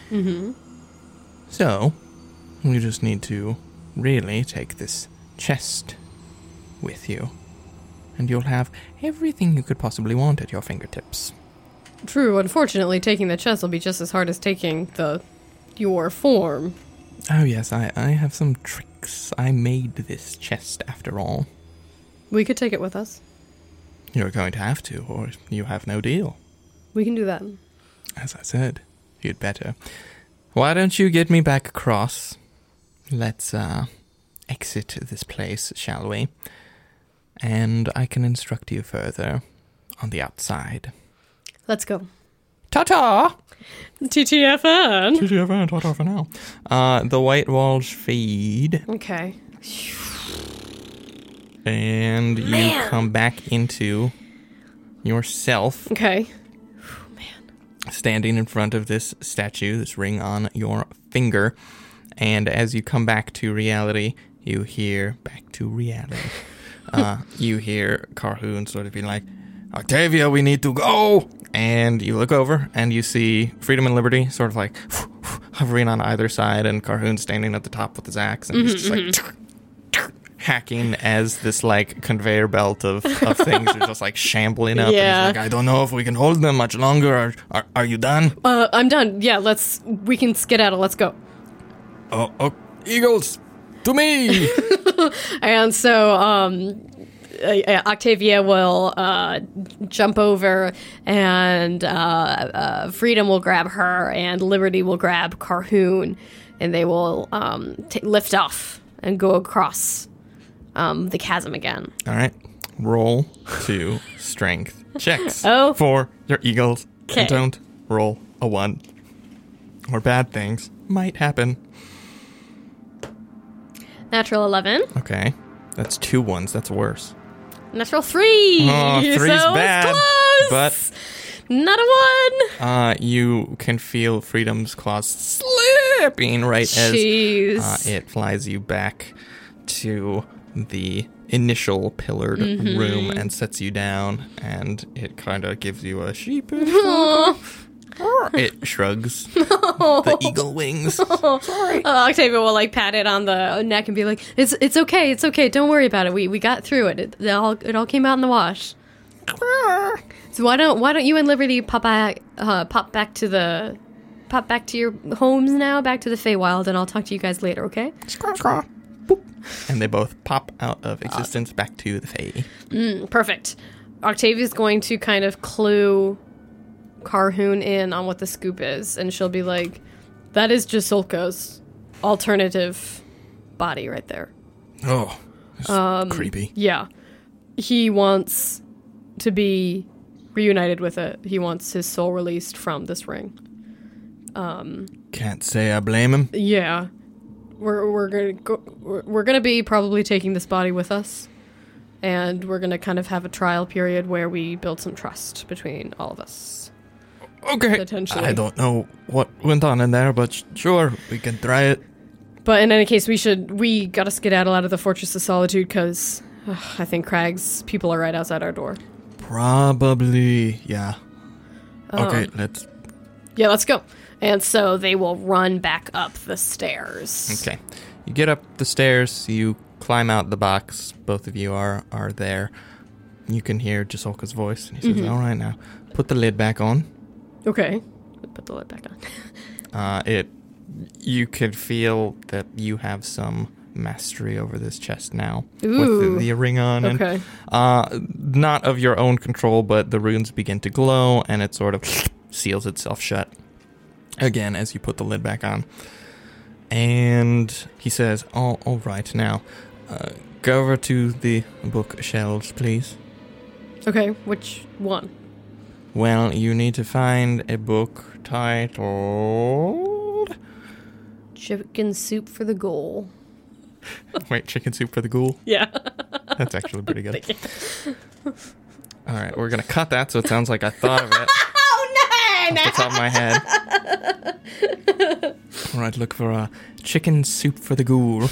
S2: Mm-hmm.
S1: So, you just need to really take this chest with you, and you'll have everything you could possibly want at your fingertips.
S2: True. Unfortunately, taking the chest will be just as hard as taking the your form.
S1: Oh, yes, I, I have some tricks. I made this chest after all.
S2: We could take it with us.
S1: You're going to have to, or you have no deal.
S2: We can do that.
S1: As I said, you'd better. Why don't you get me back across? Let's uh exit this place, shall we? And I can instruct you further on the outside.
S2: Let's go.
S1: Ta-ta!
S2: TTFN.
S1: Ta-ta for now. Uh, the White Walsh feed,
S2: Okay.
S1: and you
S2: Man.
S1: come back into yourself,
S2: Okay.
S1: standing in front of this statue, this ring on your finger. And as you come back to reality, you hear back to reality. Uh, you hear Carhoon sort of be like, Octavia, we need to go. And you look over and you see Freedom and Liberty sort of like hovering on either side, and Carhoon standing at the top with his axe and he's just like hacking as this like conveyor belt of, of things are just like shambling up.
S2: Yeah.
S1: And he's like, I don't know if we can hold them much longer. Are, are, are you done?
S2: Uh, I'm done. Yeah, let's. We can skedaddle. Let's go.
S1: Oh, oh, eagles, to me.
S2: And so, um, uh, uh, Octavia will uh, jump over, and uh, uh, Freedom will grab her, and Liberty will grab Carhoon, and they will um, t- lift off and go across um, the chasm again.
S1: All right. Roll two strength checks.
S2: Oh.
S1: For your eagles.
S2: Okay.
S1: And don't roll a one. Or bad things might happen.
S2: Natural 11,
S1: Okay. That's two ones. That's worse.
S2: natural 3.
S1: Oh, three's
S2: so it's
S1: bad.
S2: close.
S1: But
S2: Not a 1.
S1: uh, you can feel freedom's claws slipping right
S2: Jeez.
S1: as uh, it flies you back to the initial pillared room and sets you down. And it kind of gives you a sheepish.
S2: Aw.
S1: it shrugs the eagle wings.
S2: Uh, Octavia will like pat it on the neck and be like, "It's it's okay, it's okay. Don't worry about it. We we got through it. It, it all it all came out in the wash." So why don't why don't you and Liberty pop back uh, pop back to the pop back to your homes now, back to the Feywild, and I'll talk to you guys later, okay?
S1: and they both pop out of existence back to the Fae.
S2: Perfect. Octavia's going to kind of clue Carhoon in on what the scoop is, and she'll be like, "That is Jasulka's alternative body right there."
S1: Oh, creepy.
S2: Yeah. He wants to be reunited with it. He wants his soul released from this ring.
S1: Can't say I blame him.
S2: Yeah. We're we're going to go we're, we're going to be probably taking this body with us. And we're going to kind of have a trial period where we build some trust between all of us.
S1: Okay.
S2: Potentially.
S1: I don't know what went on in there, but sure, we can try it.
S2: But in any case, we should we gotta skedaddle out of the Fortress of Solitude because I think Crag's people are right outside our door.
S1: Probably, yeah.
S2: Oh.
S1: okay, let's.
S2: Yeah, let's go. And so they will run back up the stairs.
S1: Okay, you get up the stairs. You climb out the box. Both of you are are there. You can hear Jasolka's voice, and he
S2: Mm-hmm.
S1: says, "All right, now put the lid back on."
S2: Okay. Put the lid back on.
S1: Uh, it, you can feel that you have some mastery over this chest now
S2: Ooh.
S1: with the, the ring on. and,
S2: Okay.
S1: uh, not of your own control, but the runes begin to glow, and it sort of seals itself shut. Again, as you put the lid back on, and he says, "All, all right, now, uh, go over to the bookshelves, please."
S2: Okay, which one?
S1: Well, you need to find a book titled.
S2: Chicken soup for the goal.
S1: Wait, Chicken Soup for the Ghoul?
S2: Yeah.
S1: That's actually pretty good. All right, we're going to cut that so it sounds like I thought of it
S2: Oh
S1: off the top of my head. All right, look for a Chicken Soup for the Ghoul.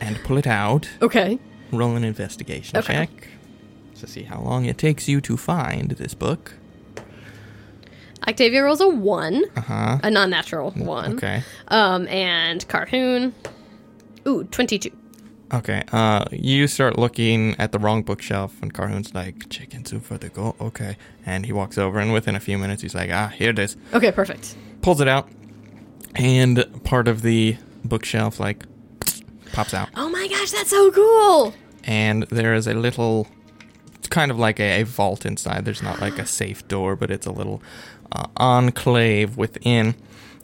S1: and pull it out.
S2: Okay.
S1: Roll an investigation
S2: Okay.
S1: check to see how long it takes you to find this book.
S2: Octavia rolls a one,
S1: Uh huh.
S2: a non-natural one.
S1: Okay.
S2: Um, and Carhoon. Ooh, twenty-two.
S1: Okay, uh, you start looking at the wrong bookshelf, and Carhoon's like, chicken soup for the goal, okay. And he walks over, and within a few minutes, he's like, ah, here it is.
S2: Okay, perfect.
S1: Pulls it out, and part of the bookshelf, like, pops out.
S2: Oh my gosh, that's so cool!
S1: And there is a little, it's kind of like a, a vault inside. There's not like a safe door, but it's a little uh, enclave within.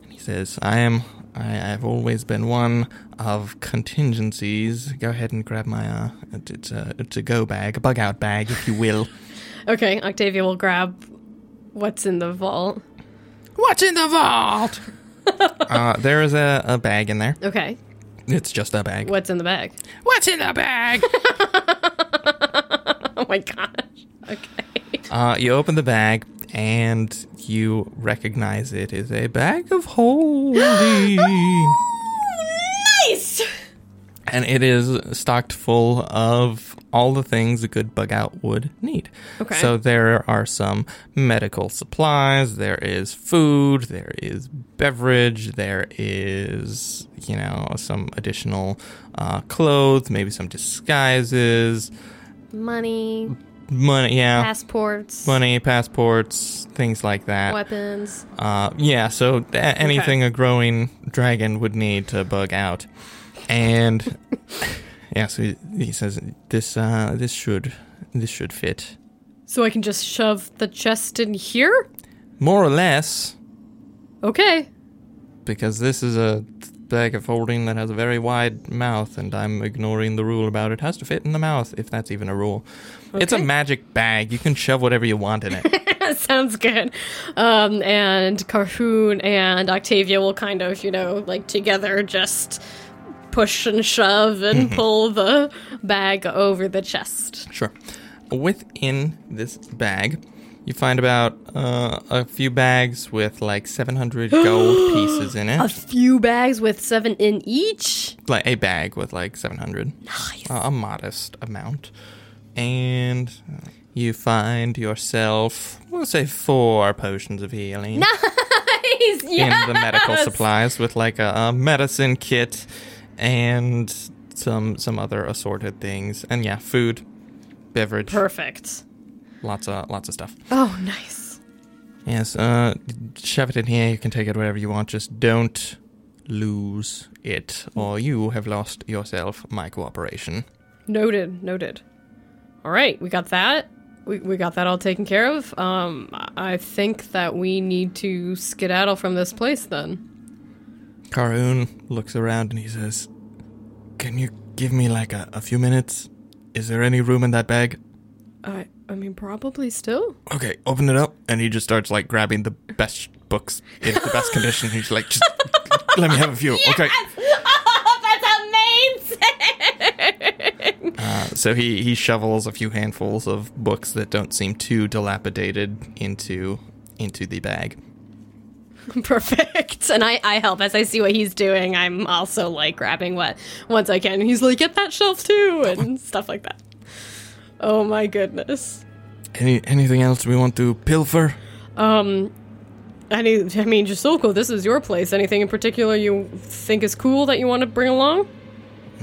S1: And he says, I am, I, I've always been one of contingencies. Go ahead and grab my, uh, it- it's a, it's a go bag, a bug out bag, if you will.
S2: Okay, Octavia will grab what's in the vault.
S1: What's in the vault? uh, there is a, a bag in there.
S2: Okay,
S1: It's just a bag.
S2: what's in the bag?
S1: What's in the bag?
S2: Oh my gosh. Okay.
S1: Uh, you open the bag and you recognize it is a bag of holding.
S2: Nice!
S1: and it is stocked full of all the things a good bug out would need.
S2: Okay.
S1: So there are some medical supplies, there is food, there is beverage, there is, you know, some additional uh, clothes, maybe some disguises,
S2: Money,
S1: money, yeah.
S2: passports,
S1: Money, passports, things like that.
S2: weapons.
S1: Uh, yeah, so th- anything a growing dragon would need to bug out. And yeah, so he, he says this uh, this should this should fit.
S2: So I can just shove the chest in here?
S1: More or less
S2: Okay.
S1: because this is a bag of holding that has a very wide mouth and I'm ignoring the rule about it has to fit in the mouth if that's even a rule. It's a
S2: Okay.
S1: magic bag. You can shove whatever you want in it.
S2: Sounds good. Um, and Carhoon and Octavia will kind of, you know, like together just push and shove and pull the bag over the chest.
S1: sure. Within this bag, you find about uh, a few bags with like 700 gold pieces in it.
S2: A few bags with seven in each.
S1: like a bag with like 700 nice. a modest amount and uh, you find yourself we'll say four potions of healing
S2: Nice.
S1: in
S2: Yeah.
S1: the medical supplies with like a, a medicine kit and some some other assorted things and yeah food beverage
S2: Perfect.
S1: lots of lots of stuff
S2: Oh, nice.
S1: yes uh shove it in here you can take it wherever you want just don't lose it or you have lost yourself my cooperation
S2: Noted. Noted. All right, we got that. We, we got that all taken care of. Um, I- I think that we need to skedaddle from this place then.
S1: Karoon looks around and he says, Can you give me like a, a few minutes? Is there any room in that bag?
S2: I I mean probably still.
S1: Okay, open it up. And he just starts like grabbing the best books in the best condition. He's like, Just let me have a few. Okay.
S2: Oh, that's amazing!
S1: Uh, so he, he shovels a few handfuls of books that don't seem too dilapidated into into the bag.
S2: Perfect. And I, I help as I see what he's doing. I'm also like grabbing what once I can. He's like, get that shelf too, and stuff like that. Oh my goodness.
S1: Any anything else we want to pilfer?
S2: Um, any, I mean, Jisoko, this is your place. Anything in particular you think is cool that you want to bring along?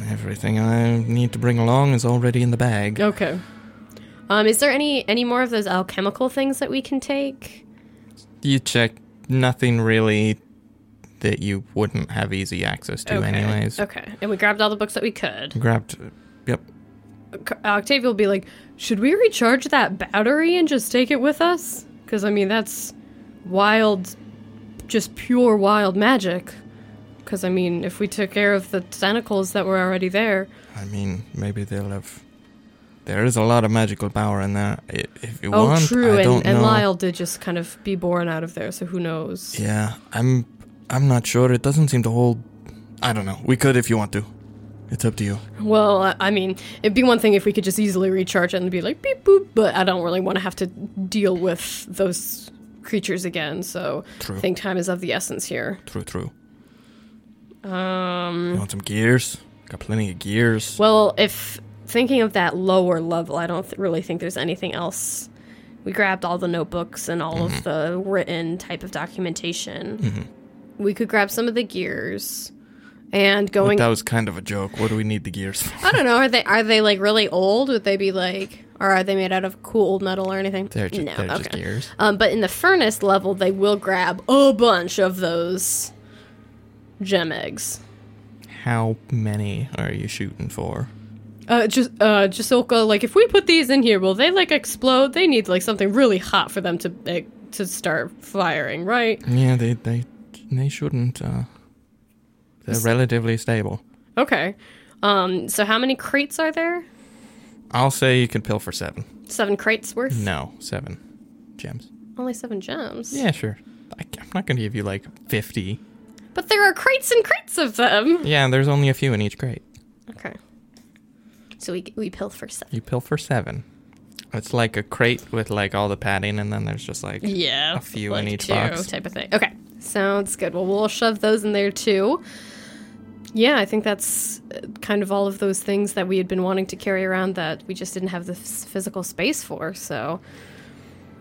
S1: Everything I need to bring along is already in the bag.
S2: Okay. Um, is there any any more of those alchemical things that we can take?
S1: You check nothing really that you wouldn't have easy access to,
S2: okay.
S1: anyways.
S2: Okay. And we grabbed all the books that we could.
S1: Grabbed. Yep.
S2: C- Octavia will be like, should we recharge that battery and just take it with us? Because, I mean, that's wild, just pure wild magic. Because, I mean, if we took care of the tentacles that were already there,
S1: I mean, maybe they'll have. There is a lot of magical power in there. I- If you
S2: oh,
S1: want,
S2: true,
S1: I don't
S2: and, and
S1: know.
S2: Lyle did just kind of be born out of there, so who knows?
S1: Yeah, I'm. I'm not sure. It doesn't seem to hold. I don't know. We could if you want to. It's up to you.
S2: Well, I- I mean, it'd be one thing if we could just easily recharge it and be like beep boop, but I don't really want to have to deal with those creatures again. So
S1: True.
S2: I think time is of the essence here.
S1: True, true.
S2: Um,
S1: You want some gears? Got plenty of gears.
S2: well, if thinking of that lower level, I don't th- really think there's anything else. We grabbed all the notebooks and all of
S1: Mm-hmm.
S2: the written type of documentation. We could grab some of the gears and
S1: But
S2: going.
S1: that was kind of a joke. What do we need the gears for?
S2: I don't know. Are they are they like really old? Would they be like, or are they made out of cool old metal or anything?
S1: They're just, they're just gears.
S2: Um, but in the furnace level, they will grab a bunch of those gem eggs.
S1: How many are you shooting for?
S2: Uh, just uh, Jasilka, like if we put these in here, will they like explode? They need like something really hot for them to like, to start firing, right?
S1: Yeah, they they they shouldn't. Uh, they're relatively stable.
S2: Okay. Um, so how many crates are there?
S1: I'll say you can pilfer seven.
S2: Seven crates worth.
S1: No, seven gems.
S2: Only seven gems.
S1: Yeah, sure. I, I'm not gonna give you like fifty.
S2: But there are crates and crates of them.
S1: Yeah, there's only a few in each crate.
S2: Okay. So we we pilfer seven.
S1: You pilfer seven. It's like a crate with like all the padding, and then there's just like
S2: Yeah,
S1: A few in each box.
S2: type of thing. Okay, sounds good. Well, we'll shove those in there too. Yeah, I think that's uh, kind of all of those things that we had been wanting to carry around that we just didn't have the phys- physical space for. So,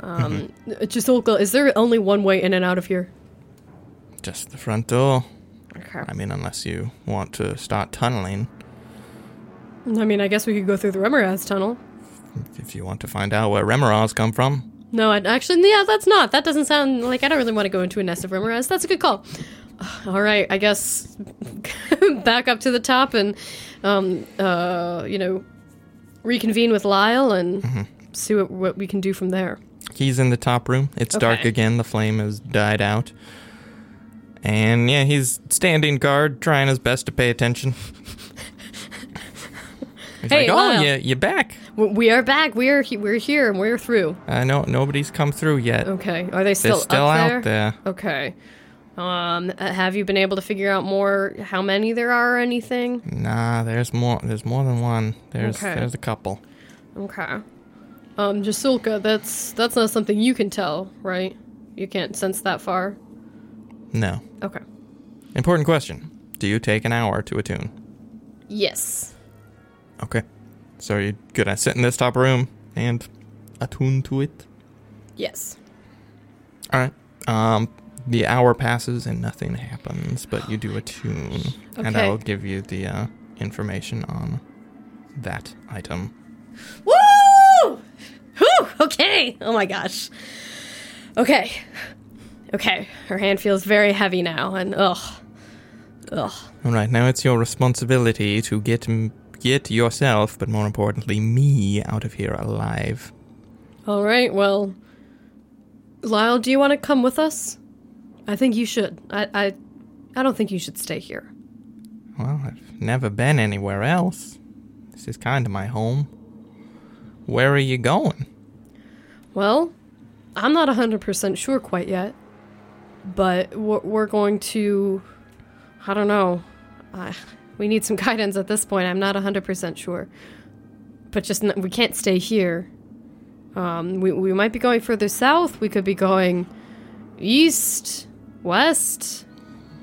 S2: um,
S1: Mm-hmm.
S2: uh, just local. Is there only one way in and out of here?
S1: just the front door.
S2: Okay.
S1: I mean, unless you want to start tunneling,
S2: I mean, I guess we could go through the Remoraz tunnel.
S1: if you want to find out where Remoras come from.
S2: No, I, actually, yeah, that's not. That doesn't sound like I don't really want to go into a nest of remoras. That's a good call. All right, I guess back up to the top and, um, uh, you know, reconvene with Lyle and
S1: Mm-hmm.
S2: see what, what we can do from there.
S1: He's in the top room. It's dark
S2: Okay.
S1: again. The flame has died out. And yeah, he's standing guard, trying his best to pay attention. he's
S2: Hey,
S1: like, "Oh,
S2: Lyle."
S1: you you back?
S2: W- We are back. We are he- we're here and we're through.
S1: I know nobody's come through yet.
S2: Okay, are they Oh, still,
S1: They're still
S2: up
S1: out there.
S2: Okay. Um, uh, have you been able to figure out more how many there are or anything?
S1: Nah, there's more. There's more than one. There's
S2: Okay.
S1: there's a couple.
S2: Okay. Um, Jasulka, that's that's not something you can tell, right? You can't sense that far.
S1: No.
S2: Okay.
S1: Important question. Do you take an hour to attune?
S2: Yes.
S1: Okay. So are you gonna sit in this top room and attune to it?
S2: Yes.
S1: All right. Um, the hour passes and nothing happens, but you do attune, and I
S2: Okay.
S1: will give you the uh, information on that item.
S2: Woo! Whew! Okay. Oh my gosh. Okay. Okay. Her hand feels very heavy now, and ugh, ugh.
S1: All right. Now it's your responsibility to get m- get yourself, but more importantly, me out of here alive.
S2: All right. Well, Lyle, do you want to come with us? I think you should. I I, I don't think you should stay here.
S1: Well, I've never been anywhere else. This is kind of my home. Where are you going?
S2: Well, I'm not 100% sure quite yet, but we're, we're going to. I don't know. I, we need some guidance at this point. I'm not 100% sure. But just, n- we can't stay here. Um, we, we might be going further south. We could be going east. West.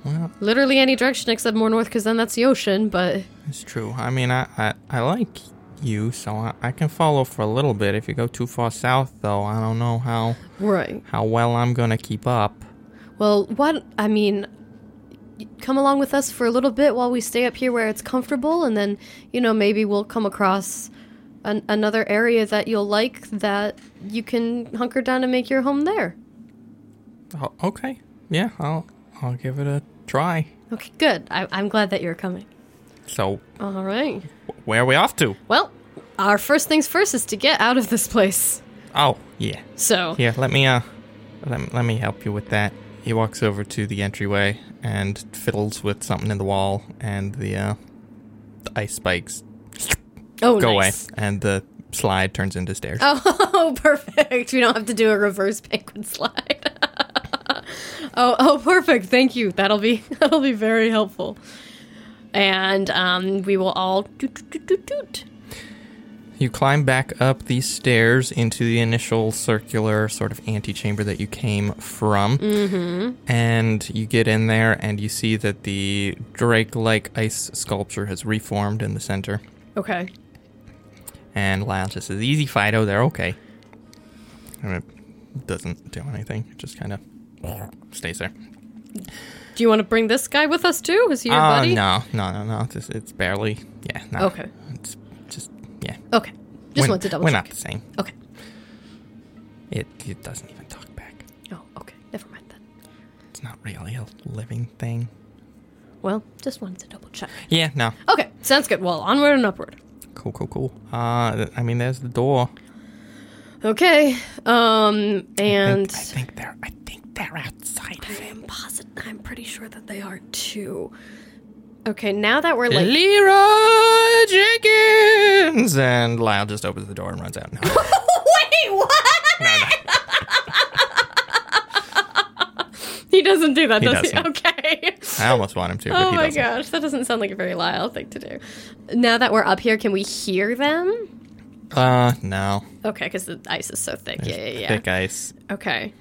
S1: Well,
S2: Literally any direction except more north, because then that's the ocean. But
S1: it's true. I mean, I, I, I like you, so I, I can follow for a little bit. If you go too far south, though, I don't know how,
S2: right.
S1: how well I'm going to keep up.
S2: Well, what I mean, y- come along with us for a little bit while we stay up here where it's comfortable, and then you know maybe we'll come across an- another area that you'll like that you can hunker down and make your home there.
S1: Oh, okay. Yeah, I'll, I'll give it a try.
S2: Okay, good. I- I'm glad that you're coming.
S1: So,
S2: All right.
S1: where are we off to?
S2: Well, our first things first is to get out of this place.
S1: Oh, yeah.
S2: So
S1: Here, let me uh, let, let me help you with that. He walks over to the entryway and fiddles with something in the wall, and the uh, the ice spikes
S2: oh,
S1: go
S2: nice.
S1: away, and the slide turns into stairs.
S2: Oh, perfect. We don't have to do a reverse penguin slide. oh, oh, perfect. Thank you. That'll be that'll be very helpful. And um, we will all toot, toot, toot, toot, toot.
S1: You climb back up these stairs into the initial circular sort of antechamber that you came from. Mm-hmm. And you get in there and you see that the Drake like ice sculpture has reformed in the center.
S2: Okay.
S1: And Lyle just says, Easy, Fido, they're okay. And it doesn't do anything, it just kind of stays there.
S2: Do you want to bring this guy with us too? Is he your
S1: Oh,
S2: buddy?
S1: no, no, no, no. It's, just- it's barely. Yeah, no.
S2: Okay.
S1: It's just, yeah.
S2: Okay. Just
S1: we're,
S2: want to double
S1: We're
S2: check.
S1: not the same.
S2: Okay.
S1: It, it doesn't even talk back.
S2: Oh, okay. Never mind then.
S1: It's not really a living thing.
S2: Well, just wanted to double check.
S1: Yeah, no.
S2: Okay, sounds good. Well, onward and upward.
S1: Cool, cool, cool. Uh, th- I mean, there's the door.
S2: Okay. Um,
S1: I
S2: and
S1: think- I think they're, I think they're outside of it.
S2: I'm positive. I'm pretty sure that they are too. Okay, now that we're like,
S1: Leroy Jenkins! And Lyle just opens the door and runs out. No,
S2: wait, what?
S1: no, no.
S2: He doesn't do that,
S1: He
S2: does
S1: doesn't.
S2: he? Okay.
S1: I almost want him to, but
S2: Oh
S1: he
S2: my
S1: doesn't.
S2: gosh, that doesn't sound like a very Lyle thing to do. Now that we're up here, can we hear them?
S1: Uh, no.
S2: Okay, because the ice is so thick. Yeah, yeah, yeah.
S1: Thick ice.
S2: Okay,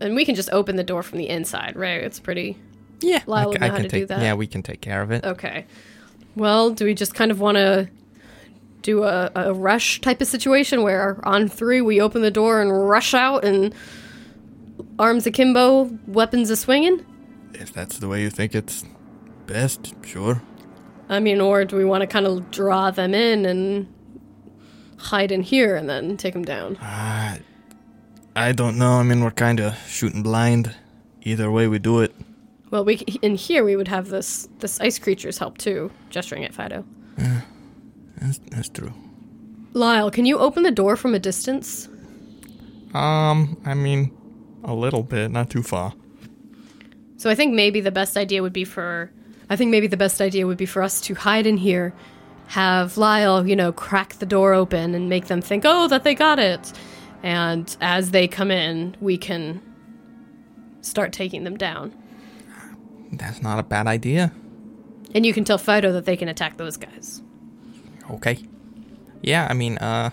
S2: and we can just open the door from the inside, right? It's pretty.
S1: Yeah,
S2: Lyle would
S1: can
S2: know how to do
S1: take,
S2: that. Oh.
S1: Yeah, we can take care of it.
S2: Okay. Well, do we just kind of want to do a, a rush type of situation where on three we open the door and rush out and arms akimbo, weapons a swinging?
S1: If that's the way you think it's best, sure.
S2: I mean, or do we want to kind of draw them in and hide in here and then take them down?
S1: I don't know. I mean, we're kind of shooting blind. Either way, we do it.
S2: Well, we c- in here we would have this this ice creature's help too, gesturing at Fido.
S1: That's, that's true.
S2: Lyle, can you open the door from a distance?
S1: Um, I mean, a little bit, not too far.
S2: So I think maybe the best idea would be for I think maybe the best idea would be for us to hide in here, have Lyle, you know, crack the door open and make them think, "Oh, that they got it." And as they come in, we can start taking them down.
S1: That's not a bad idea.
S2: And you can tell Fido that they can attack those guys.
S1: Okay. Yeah, I mean, uh,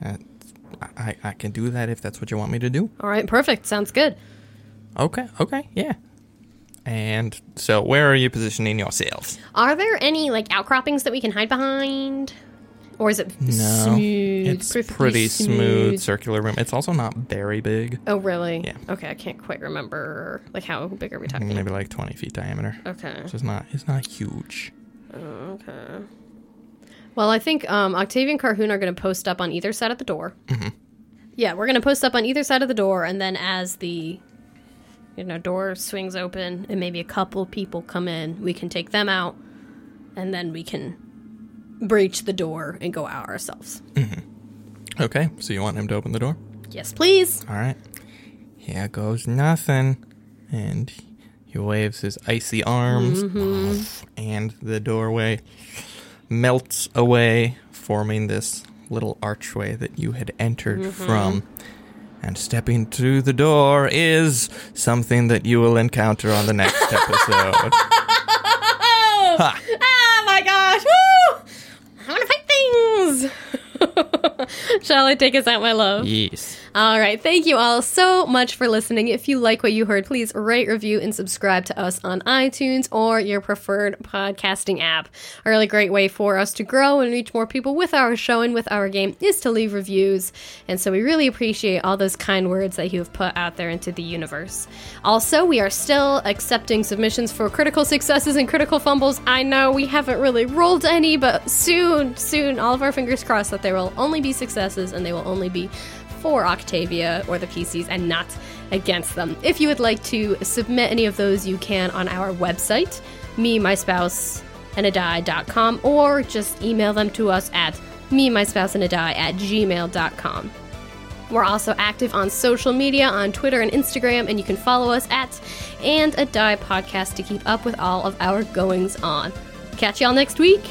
S1: that's- I, I I can do that if that's what you want me to do.
S2: All right, perfect. Sounds good.
S1: Okay, okay, yeah. And so, where are you positioning yourselves?
S2: Are there any like outcroppings that we can hide behind? Or is it smooth?
S1: it's
S2: perfectly
S1: pretty smooth circular room. It's also not very big.
S2: Oh, really?
S1: Yeah.
S2: Okay, I can't quite remember like how big are we talking?
S1: Maybe like 20 feet diameter.
S2: Okay.
S1: So it's not it's not huge.
S2: Okay. Well, I think um, Octavia and Carhoon are going to post up on either side of the door. Yeah, we're going to post up on either side of the door, and then as the you know door swings open and maybe a couple people come in, we can take them out, and then we can breach the door and go out ourselves.
S1: Okay, so you want him to open the door?
S2: Yes, please.
S1: All right. Here goes nothing. And he waves his icy arms, and the doorway melts away, forming this little archway that you had entered from. And stepping through the door is something that you will encounter on the next episode.
S2: Oh,
S1: Ha.
S2: oh my gosh! Woo! I want to fight things. Shall I take us out, my love?
S1: yes.
S2: All right. Thank you all so much for listening. If you like what you heard, please rate, review, and subscribe to us on iTunes or your preferred podcasting app. A really great way for us to grow and reach more people with our show and with our game is to leave reviews. And so we really appreciate all those kind words that you have put out there into the universe. Also, we are still accepting submissions for critical successes and critical fumbles. I know we haven't really rolled any, but soon, soon, all of our fingers crossed that there will only be successes and they will only be for Octavia or the PCs and not against them. If you would like to submit any of those, you can on our website, me, my spouse, and a die.com, or just email them to us at me, my spouse, and a die at gmail.com. We're also active on social media on Twitter and Instagram, and you can follow us at and a die podcast to keep up with all of our goings on. Catch y'all next week.